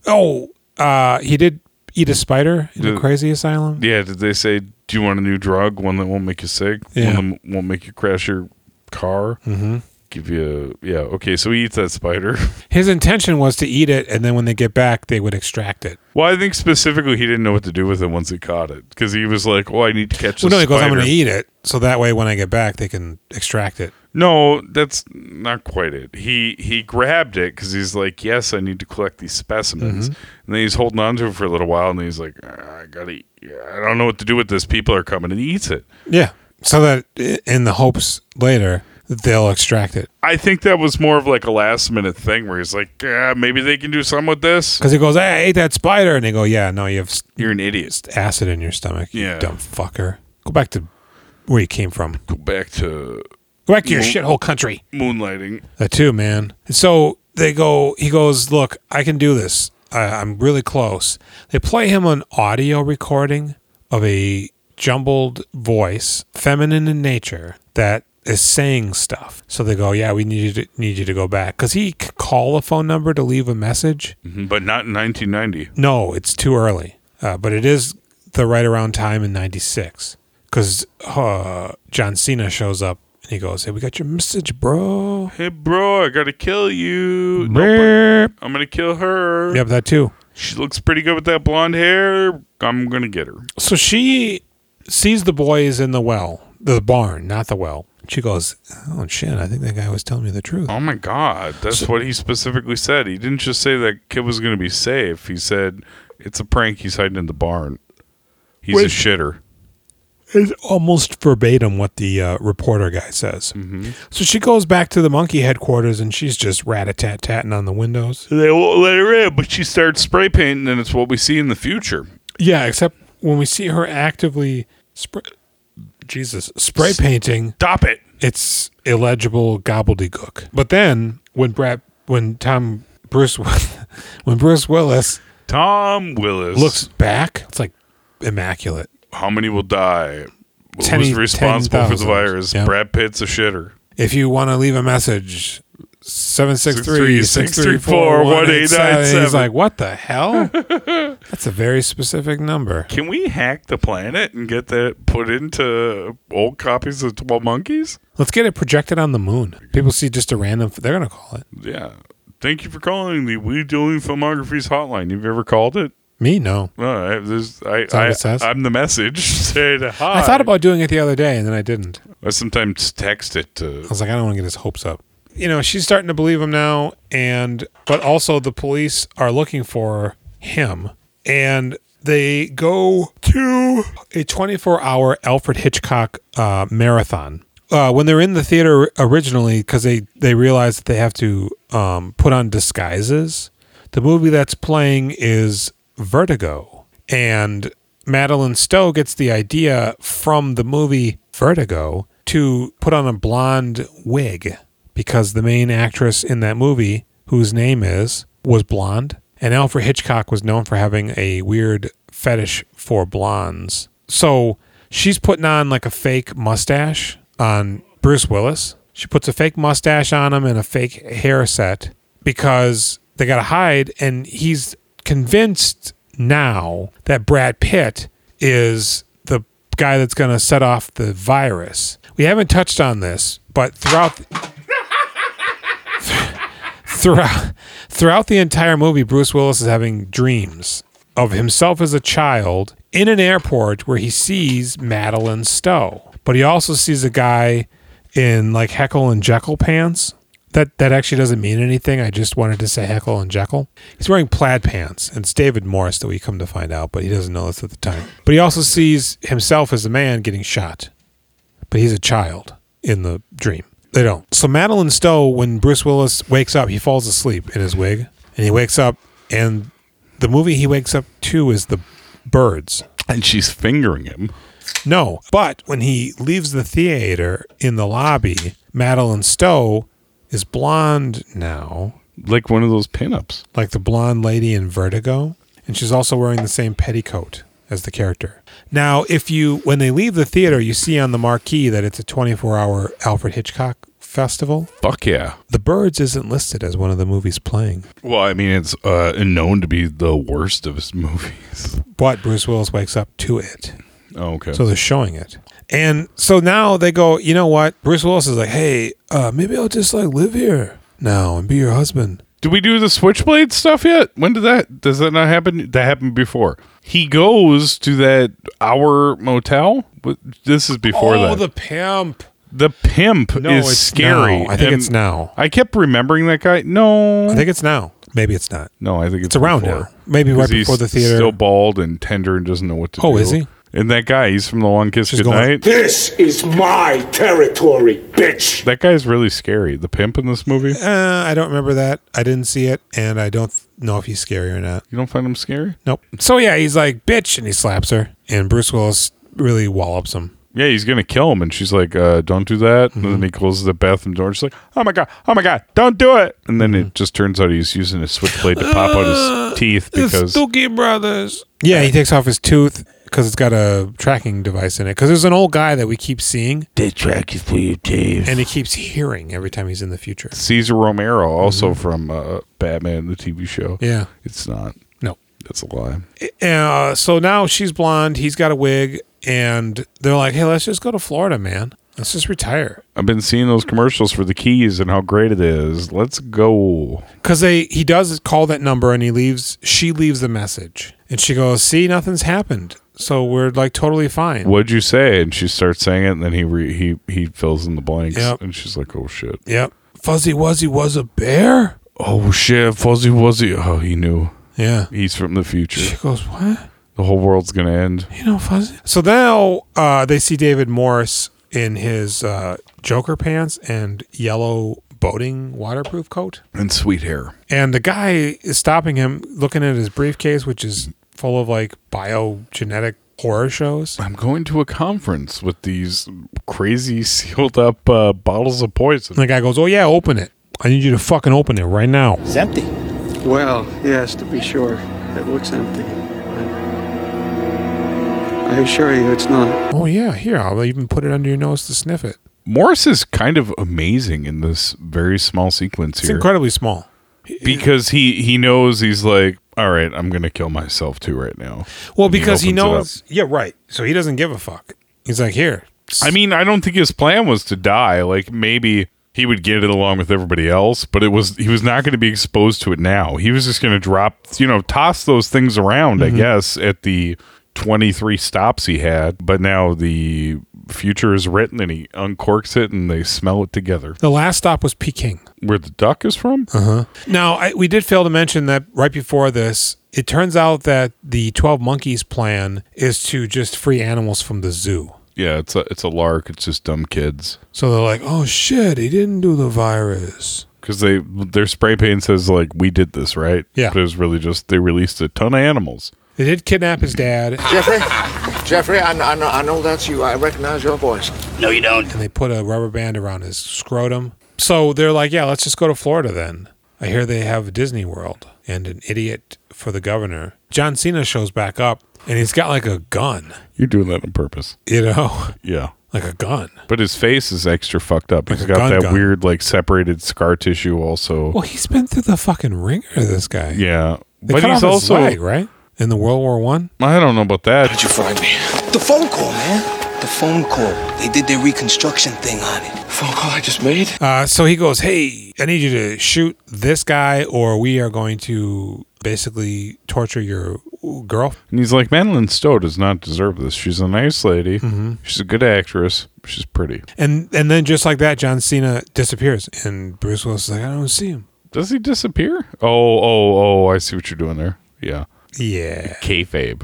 "Oh, uh, he did eat a spider in Did- the crazy asylum." Yeah, did they say, do you want a new drug? One that won't make you sick? Yeah. One that won't make you crash your car? Mm-hmm. Give you a, yeah, okay, so he eats that spider. His intention was to eat it, and then when they get back, they would extract it. well, I think specifically he didn't know what to do with it once he caught it. Because he was like, oh, I need to catch Well, this no, he goes, "I'm spider." going to eat it, so that way when I get back, they can extract it." No, that's not quite it. He he grabbed it because he's like, yes, I need to collect these specimens. Mm-hmm. And then he's holding on to it for a little while, and he's like, "Ah, I gotta, I don't know what to do with this. People are coming, and he eats it. Yeah, so that i- in the hopes later that they'll extract it I think that was more of like a last minute thing where he's like, ah, maybe they can do some with this. because he goes, "Hey, I ate that spider," and they go, "Yeah, no, you have s- You're an idiot. acid in your stomach. Yeah. You dumb fucker. Go back to where you came from. Go back to Go back to your shithole country. moonlighting. That too, man. So they go. He goes. Look, I can do this. I, I'm really close. They play him an audio recording of a jumbled voice, feminine in nature, that is saying stuff. So they go, yeah, we need you to need you to go back because he could call a phone number Mm-hmm. to leave a message. But not in 1990. No, it's too early. Uh, but it is the right around time in 96 because uh, John Cena shows up and he goes, Hey, we got your message, bro. Hey, bro, I gotta kill you. Nope. I'm gonna kill her. Yep, that too. She looks pretty good with that blonde hair. I'm gonna get her. So she sees the boys in the well, the barn, not the well. She goes, Oh shit, I think that guy was telling me the truth. Oh my god, that's what he specifically said. He didn't just say that kid was gonna be safe. He said it's a prank. He's hiding in the barn. He's a Wait. shitter. It's almost verbatim what the uh, reporter guy says. So she goes back to the monkey headquarters and she's just rat a tat tatting on the windows. They won't let her in, but she starts spray painting, and it's what we see in the future. Yeah, except when we see her actively spray, Jesus, spray painting, Stop it. it's illegible gobbledygook. But then when Brad, when Tom Bruce, when Bruce Willis Tom Willis. looks back, it's like immaculate. How many will die? Ten- Who's responsible for the 10,000. virus? Yeah. Brad Pitt's a shitter. If you want to leave a message, 763 634 634-1897. He's like, what the hell? That's a very specific number. Can we hack the planet and get that put into old copies of Twelve Monkeys? Let's get it projected on the moon. People see just a random, they're going to call it. Yeah. Thank you for calling the We Doing Filmographies hotline. You've ever called it? Me, no. No, I, there's, I, that what I, it says? I'm the message. Said hi. I thought about doing it the other day and then I didn't. I sometimes text it I to. was like, I don't want to get his hopes up. You know, she's starting to believe him now, and but also the police are looking for him, and they go to a 24-hour Alfred Hitchcock uh, marathon. Uh, when they're in the theater originally, because they they realize that they have to um, put on disguises. The movie that's playing is Vertigo, and Madeline Stowe gets the idea from the movie Vertigo to put on a blonde wig because the main actress in that movie, whose name is, was blonde. And Alfred Hitchcock was known for having a weird fetish for blondes. So she's putting on like a fake mustache on Bruce Willis. She puts a fake mustache on him and a fake hair set because they got to hide. And he's convinced now that Brad Pitt is the guy that's going to set off the virus. We haven't touched on this, but throughout throughout throughout the entire movie, Bruce Willis is having dreams of himself as a child in an airport where he sees Madeline Stowe, but he also sees a guy in like Heckle and Jekyll pants. That that actually doesn't mean anything. I just wanted to say Heckle and Jekyll. He's wearing plaid pants, and it's David Morris that we come to find out, but he doesn't know this at the time. But he also sees himself as a man getting shot but he's a child in the dream. They don't. So Madeline Stowe, when Bruce Willis wakes up, he falls asleep in his wig, and he wakes up, and the movie he wakes up to is the birds. And she's fingering him. No, but when he leaves the theater in the lobby, Madeline Stowe is blonde now, Like one of those pinups. like the blonde lady in Vertigo, and she's also wearing the same petticoat as the character. Now, if you when they leave the theater, you see on the marquee that it's a 24-hour Alfred Hitchcock festival. Fuck yeah. The Birds isn't listed as one of the movies playing, Well, I mean, it's uh, known to be the worst of his movies. but Bruce Willis wakes up to it. Oh, okay. So they're showing it. And so now they go, you know what? Bruce Willis is like, hey, uh, maybe I'll just like live here now and be your husband. Did we do the switchblade stuff yet? When did that? Does that not happen? That happened before. He goes to that hour motel. What- This is before oh, that. the pimp. The, pimp No, is it's scary. now. I think and it's now. I kept remembering that guy. No, I think it's now. Maybe it's not. no, I think it's, It's around before. now. Maybe right 'Cause he's before the theater. Still bald and tender and doesn't know what to do. Oh, is he? And that guy, he's from the Long Kiss She's going- Goodnight. This is my territory, bitch. That guy's really scary. The pimp in this movie. Uh, I don't remember that. I didn't see it, and I don't know if he's scary or not. You don't find him scary? Nope. So yeah, he's like, bitch, and he slaps her, and Bruce Willis really wallops him. Yeah, he's gonna kill him, and she's like, uh, "Don't do that." And then he closes the bathroom door. She's like, "Oh my god, oh my god, don't do it!" And then it just turns out he's using a switchblade to pop out his teeth because Brothers. Yeah, he takes off his tooth because it's got a tracking device in it. Because there's an old guy that we keep seeing. They track you for your teeth. And he keeps hearing every time he's in the future. Mm-hmm. Caesar Romero, also from uh, Batman the TV show, Yeah. it's not. No. That's a lie. uh, so now she's blonde. He's got a wig, and they're like, "Hey, let's just go to Florida, man. Let's just retire." I've been seeing those commercials for the keys and how great it is. Let's go. Because they he does call that number, and he leaves. She leaves the message, and she goes, "See, nothing's happened, so we're like totally fine." What'd you say? And she starts saying it, and then he re- he he fills in the blanks, Yep. and she's like, "Oh shit! Yep. Fuzzy Wuzzy was a bear. Oh shit! Fuzzy Wuzzy! Oh, he knew. Yeah. He's from the future. She goes, "What?" The whole world's gonna end." You know, fuzzy. So now uh, they see David Morris in his uh, Joker pants and yellow boating waterproof coat. And sweet hair. And the guy is stopping him, looking at his briefcase, which is full of like biogenetic horror shows. I'm going to a conference with these crazy sealed up uh, bottles of poison. And the guy goes, Oh, yeah, open it. I need you to fucking open it right now. It's empty. Well, yes, to be sure. It looks empty. I assure you it's not. Oh, yeah, here. I'll even put it under your nose to sniff it. Morris is kind of amazing in this very small sequence It's here incredibly small. because he he knows he's like, all right, I'm gonna kill myself too right now. Well, And he because he, opens it knows. Yeah, right. So he doesn't give a fuck. He's like, Here. I mean, I don't think his plan was to die. Like maybe he would get it along with everybody else, but it was he was not going to be exposed to it now. He was just going to drop, you know, toss those things around, I guess, at the 23 stops he had, but now the future is written and he uncorks it and they smell it together. the last stop was Peking. Where the duck is from? Now, I, we did fail to mention that right before this, it turns out that the 12 monkeys plan is to just free animals from the zoo. Yeah, it's a it's a lark. It's just dumb kids. So they're like, oh shit, he didn't do the virus. Because they their spray paint says like we did this right, Yeah. But it was really just they released a ton of animals. They did kidnap his dad Jeffrey, Jeffrey, I, I, know, I know that's you. I recognize your voice. No, you don't. and they put a rubber band around his scrotum. So they're like, yeah, let's just go to Florida then. I hear they have Disney World and an idiot for the governor. John Cena shows back up and he's got like a gun, You're doing that on purpose. you know, Yeah. like a gun. But his face is extra fucked up. He's Like a got gun that gun. weird, like, separated scar tissue also. Well, he's been through the fucking ringer, this guy. yeah. They But cut he's off his also, leg, right? In the World War One, I don't know about that. Did you find me? The phone call, man. The phone call. They did their reconstruction thing on it. Phone call I just made? uh, so he goes, "Hey, I need you to shoot this guy, or we are going to basically torture your girl." And he's like, Madeline Stowe does not deserve this. She's a nice lady. Mm-hmm. She's a good actress. She's pretty. And and then just like that, John Cena disappears, and Bruce Willis is like, "I don't see him." Does he disappear? Oh, oh, oh, I see what you're doing there. Yeah. Yeah, Kayfabe.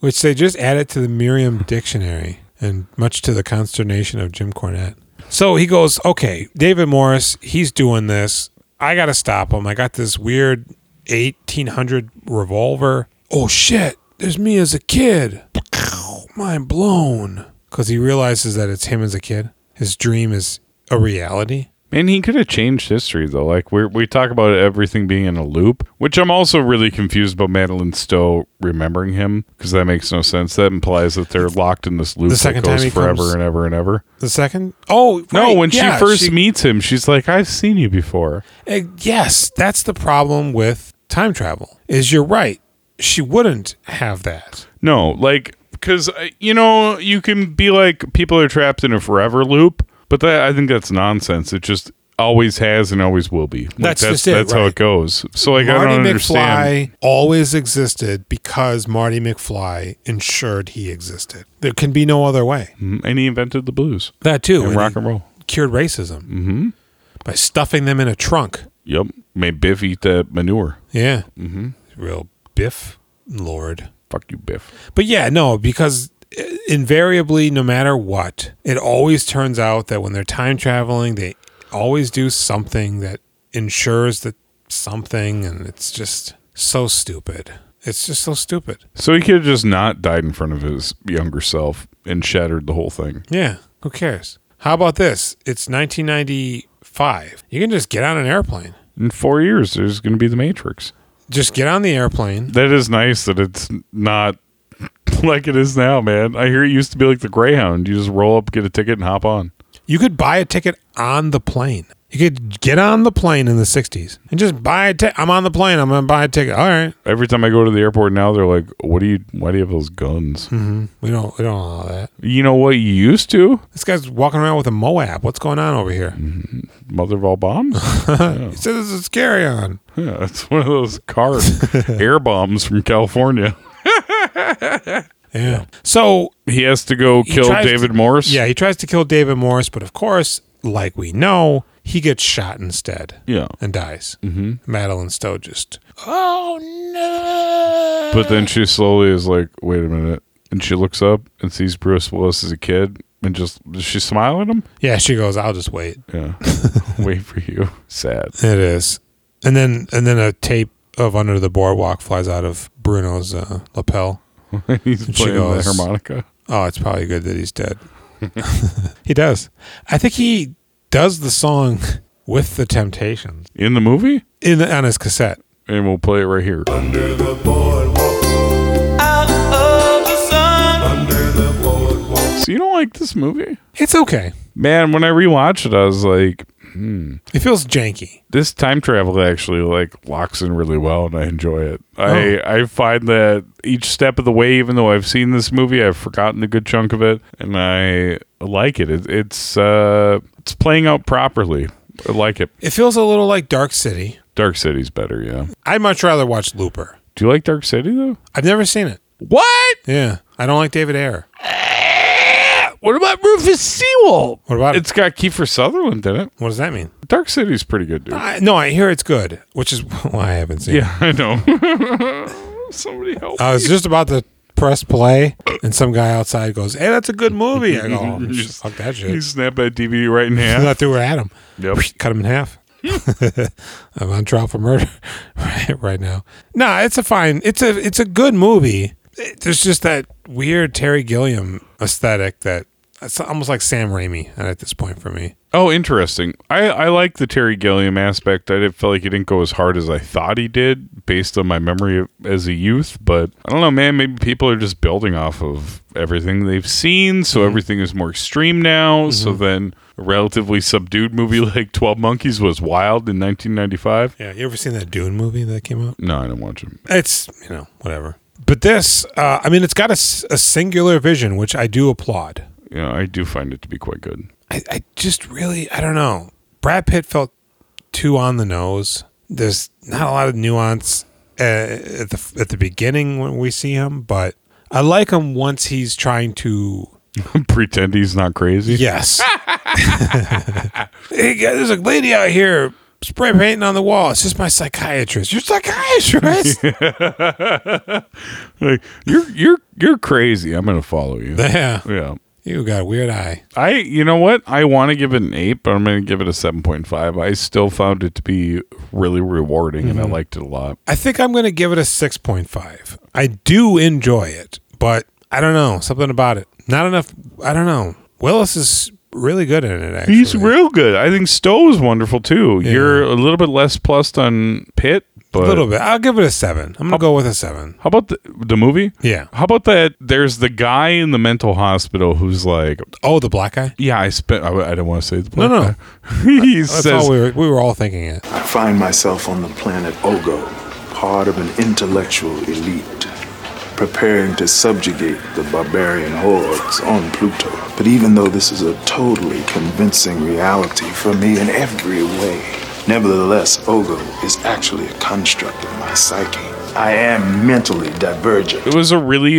which they just added to the Merriam Dictionary, and much to the consternation of Jim Cornette. So he goes, "Okay, David Morris, he's doing this. I got to stop him. I got this weird 1800 revolver. Oh shit, there's me as a kid. Mind blown." Because he realizes that it's him as a kid. His dream is a reality. Man, he could have changed history though. Like we we talk about everything being in a loop, which I'm also really confused about Madeline Stowe remembering him because that makes no sense. That implies that they're locked in this loop The second that time goes he forever comes- and ever and ever. The second, oh No, right, when yeah, she first she- meets him, she's like, "I've seen you before." Uh, yes, that's the problem with time travel. Is you're right. She wouldn't have that. No, like because you know you can be like people are trapped in a forever loop, but that I think that's nonsense. It just always has and always will be. Like, That's that's just it, that's how right. it goes. So like I don't Marty understand. McFly always existed because Marty McFly ensured he existed. There can be no other way. Mm-hmm. And he invented the blues That too. and rock and roll. cured racism mm-hmm. by stuffing them in a trunk. Yep. Made Biff eat the manure. Yeah. Mm-hmm. Real Biff Lord. Fuck you, Biff. But yeah, no, because i- invariably, no matter what, it always turns out that when they're time traveling, they always do something that ensures that something, and it's just so stupid. It's just so stupid. So he could have just not died in front of his younger self and shattered the whole thing. Yeah, who cares? How about this? It's 1995. You can just get on an airplane. In four years, there's going to be the Matrix. Just get on the airplane. That is nice that it's not like it is now, man. I hear it used to be like the Greyhound. You just roll up, get a ticket, and hop on. You could buy a ticket on the plane. You could get on the plane in the 60s and just buy a ticket. I'm on the plane. I'm going to buy a ticket. All right. Every time I go to the airport now, they're like, "What do you? Why do you have those guns?" Mm-hmm. We don't we don't allow that. You know what? You used to, This guy's walking around with a Moab. What's going on over here? mother of all bombs. He said this is carry on. yeah, it's one of those car air bombs from California. Yeah. So He has to go he kill tries David to- Morse. Yeah, he tries to kill David Morse, but of course, like we know, he gets shot instead. Yeah. And dies. Mm-hmm. Madeline Stowe just, oh no. But then she slowly is like, "Wait a minute," and she looks up and sees Bruce Willis as a kid, and just does she smile at him? yeah, she goes, I'll just wait. Yeah, wait for you. Sad. It is. And then and then a tape of Under the Boardwalk flies out of Bruno's uh, lapel. He's she playing goes- the harmonica. Oh, it's probably good that he's dead. he does. I think he does the song with the Temptations in the movie, in the, on his cassette. and we'll play it right here. So you don't like this movie, It's okay. man? When I rewatched it, I was like, It feels janky. this time travel actually like locks in really well, and I enjoy it. Oh. I I find that each step of the way, even though I've seen this movie, I've forgotten a good chunk of it, and I like it. it it's uh, it's playing out properly. I like it. It feels a little like Dark City. Dark City's better, yeah. I'd much rather watch Looper. Do you like Dark City though? I've never seen it. What? Yeah. I don't like David Ayer. What about Rufus Sewell? What about It's got Kiefer Sutherland in it. What does that mean? Dark City's pretty good, dude. I, no, I hear it's good, which is why I haven't seen it. Yeah, I know. Somebody help I was me. just about to press play, and some guy outside goes, Hey, that's a good movie. I go, "Oh, You sh- just- Fuck that He shit. snapped that DVD right in And I half. threw it at him. yep. cut him in half. I'm on trial for murder right, right now. Nah, it's a fine. It's a it's a good movie. It- there's just that weird Terry Gilliam aesthetic that it's almost like Sam Raimi at this point for me. Oh, interesting. I, I like the Terry Gilliam aspect. I didn't feel like he didn't go as hard as I thought he did based on my memory of, as a youth. But I don't know, man. Maybe people are just building off of everything they've seen. So everything is more extreme now. So then a relatively subdued movie like 12 Monkeys was wild in 1995. Yeah, you ever seen that Dune movie that came out? No, I don't watch him. It's you know whatever. But this, uh, I mean, it's got a, s- a singular vision, which I do applaud. You know, I do find it to be quite good. I, I just really I don't know. Brad Pitt felt too on the nose. There's not a lot of nuance uh, at the at the beginning when we see him, but I like him once he's trying to. Pretend he's not crazy. Yes. hey, guys, there's a lady out here spray painting on the wall. It's just my psychiatrist. Your psychiatrist. Like, you're you're you're crazy. I'm gonna follow you. yeah. yeah. You got a weird eye. I you know what? I want to give it an eight, but I'm gonna give it a seven point five. I still found it to be really rewarding and I liked it a lot. I think I'm going to give it a 6.5. I do enjoy it, but I don't know, something about it. Not enough, I don't know. Willis is really good in it actually. He's real good. I think Stowe is wonderful too. You're a little bit less plussed on Pitt, but a little bit. I'll give it a 7. I'm going to go with a 7. How about the, the movie? Yeah. How about that? There's the guy in the mental hospital who's like, Oh, the black guy? "Yeah, I spent." I, I don't want to say the No, no. he That's says, all we were we were all thinking it. I find myself on the planet Ogo, part of an intellectual elite, preparing to subjugate the barbarian hordes on Pluto. But even though this is a totally convincing reality for me in every way, nevertheless, Ogo is actually a construct of my psyche. I am mentally divergent. It was a really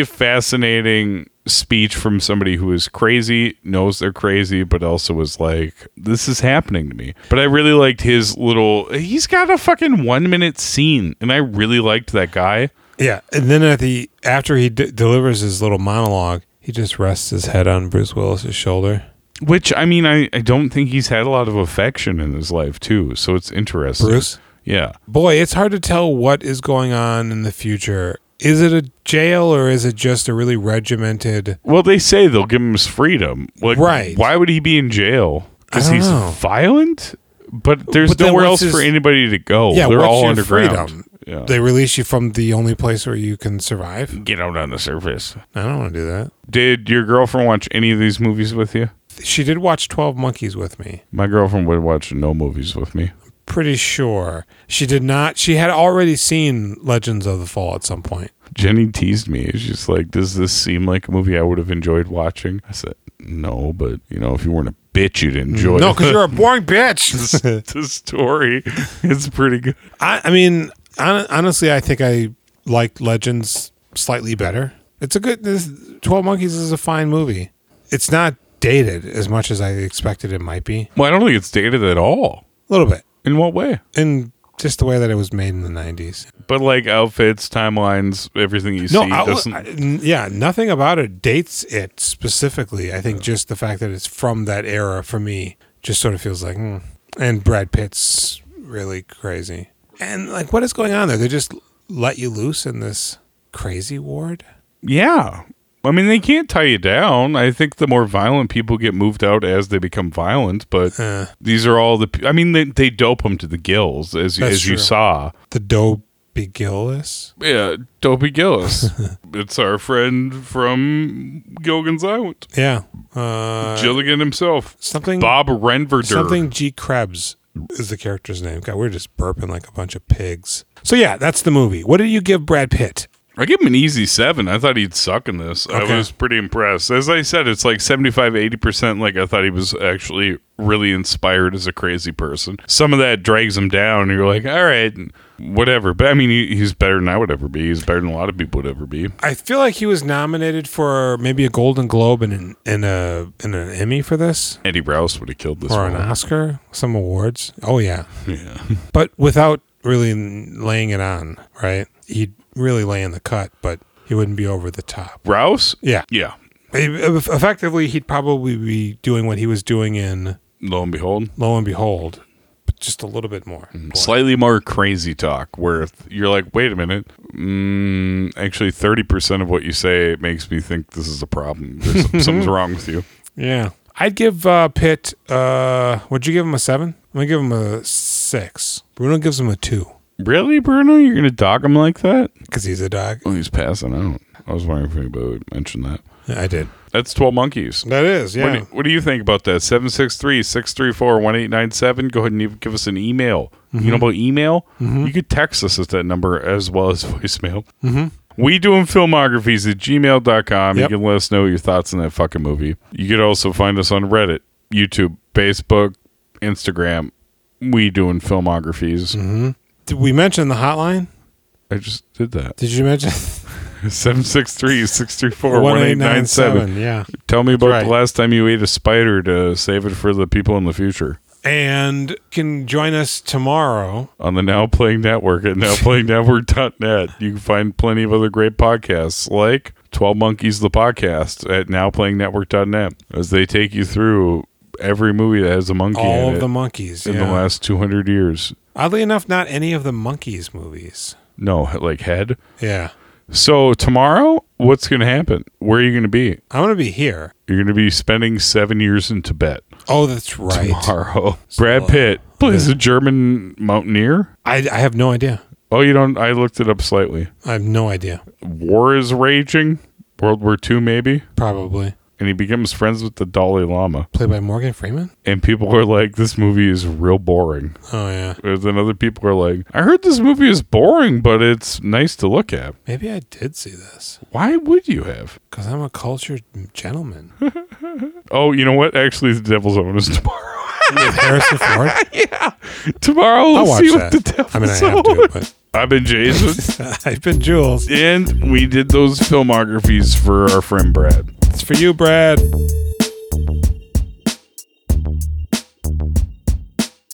fascinating speech from somebody who is crazy, knows they're crazy, but also was like, this is happening to me. But I really liked his little, he's got a fucking one minute scene. And I really liked that guy. Yeah, and then at the after he d- delivers his little monologue, he just rests his head on Bruce Willis's shoulder. Which, I mean, I, I don't think he's had a lot of affection in his life, too. So it's interesting. Bruce? Yeah. Boy, it's hard to tell what is going on in the future. Is it a jail or is it just a really regimented Well, they say they'll give him his freedom. Like, Right. Why would he be in jail? Because I don't he's know. violent? But there's But then nowhere else what's his- for anybody to go. yeah, They're what's all your underground. freedom? Yeah. They release you from the only place where you can survive. get out on the surface. I don't want to do that. Did your girlfriend watch any of these movies with you? she did watch 12 Monkeys with me. My girlfriend would watch no movies with me. Pretty sure. She did not. She had already seen Legends of the Fall at some point. Jenny teased me. She's like, "Does this seem like a movie I would have enjoyed watching?" I said, "No, but you know, if you weren't a bitch, you'd enjoy." Mm. No, because you're a boring bitch. the story is pretty good. I, I mean, hon- honestly, I think I like Legends slightly better. It's a good. This, Twelve Monkeys is a fine movie. It's not dated as much as I expected it might be. Well, I don't think it's dated at all. A little bit. In what way? In just the way that it was made in the '90s. But like outfits, timelines, everything you No, see I- doesn't. I- n- yeah, nothing about it dates it specifically. I think just the fact that it's from that era for me just sort of feels like, hmm. and Brad Pitt's really crazy. And like, what is going on there? They just let you loose in this crazy ward. yeah, I mean, they can't tie you down. I think the more violent people get moved out as they become violent. But Eh. these are all the. pe- I mean, they, they dope them to the gills, as That's as you true. saw. The Dobie Gillis. Yeah, Dopey Gillis. it's our friend from Gilgan's Island. Yeah. Uh, Gilligan himself. Something Bob Renverder. Something G. Krebs is the character's name. God, we're just burping like a bunch of pigs. So yeah, that's the movie. What did you give Brad Pitt? I give him an easy seven. I thought he'd suck in this. Okay. I was pretty impressed. As I said, it's like 75, 80%. Like, I thought he was actually really inspired as a crazy person. Some of that drags him down. And you're like, all right, whatever. But I mean, he, he's better than I would ever be. He's better than a lot of people would ever be. I feel like he was nominated for maybe a Golden Globe and an and a and an Emmy for this Eddie Rouse would have killed this or an one. Oscar, some awards. Oh yeah, Yeah. but without really laying it on, right? He'd really lay in the cut, but he wouldn't be over the top. Rouse? Yeah. E, Yeah. Effectively, he'd probably be doing what he was doing in Lo and behold. Lo and Behold, but just a little bit more. slightly more crazy talk where th- you're like wait a minute mm, actually 30% of what you say makes me think this is a problem There's, something's wrong with you Yeah. I'd give uh, Pitt, uh, would you give him a seven? I'm going to give him a six. Bruno gives him a two really bruno you're gonna dog him like that because he's a dog. oh he's passing out i was wondering if anybody would mention that Yeah, I did. that's 12 monkeys That is, what, do, what do you think about that 763-634-1897 go ahead and even give us an email you know about email you could text us at that number as well as voicemail Mhm. We doing filmographies at gmail.com. Yep. You can let us know your thoughts on that fucking movie. You could also find us on Reddit, YouTube, Facebook, Instagram. We doing filmographies. Did we mention the hotline? I just did that. Did you mention 763 634 1897? Yeah. Tell me about That's right. the last time you ate a spider to save it for the people in the future. And you can join us tomorrow. on the Now Playing Network at nowplayingnetwork.net. You can find plenty of other great podcasts like 12 Monkeys the Podcast at nowplayingnetwork.net as they take you through every movie that has a monkey in All of it the monkeys. in yeah. the last 200 years. Oddly enough, not any of the monkeys movies. No, like head. Yeah. So tomorrow, what's going to happen? Where are you going to be? I'm going to be here. You're going to be spending seven years in Tibet Oh, that's right. uh, tomorrow. Brad Pitt plays a German mountaineer. I, I have no idea. Oh, you don't? I looked it up slightly. I have no idea. war is raging, World War II maybe, Probably. and he becomes friends with the Dalai Lama. Played by Morgan Freeman? And people are like, this movie is real boring. Oh, yeah. And then other people are like, I heard this movie is boring, but it's nice to look at. Maybe I did see this Why would you have? because I'm a cultured gentleman. Oh, you know what? Actually, The Devil's Own is tomorrow. Harrison Ford. tomorrow, I'll let's watch see that. what The Devil's I mean, I have Own- to, I've been Jason, but I've been Jules. and we did those filmographies for our friend Brad. It's for you, Brad.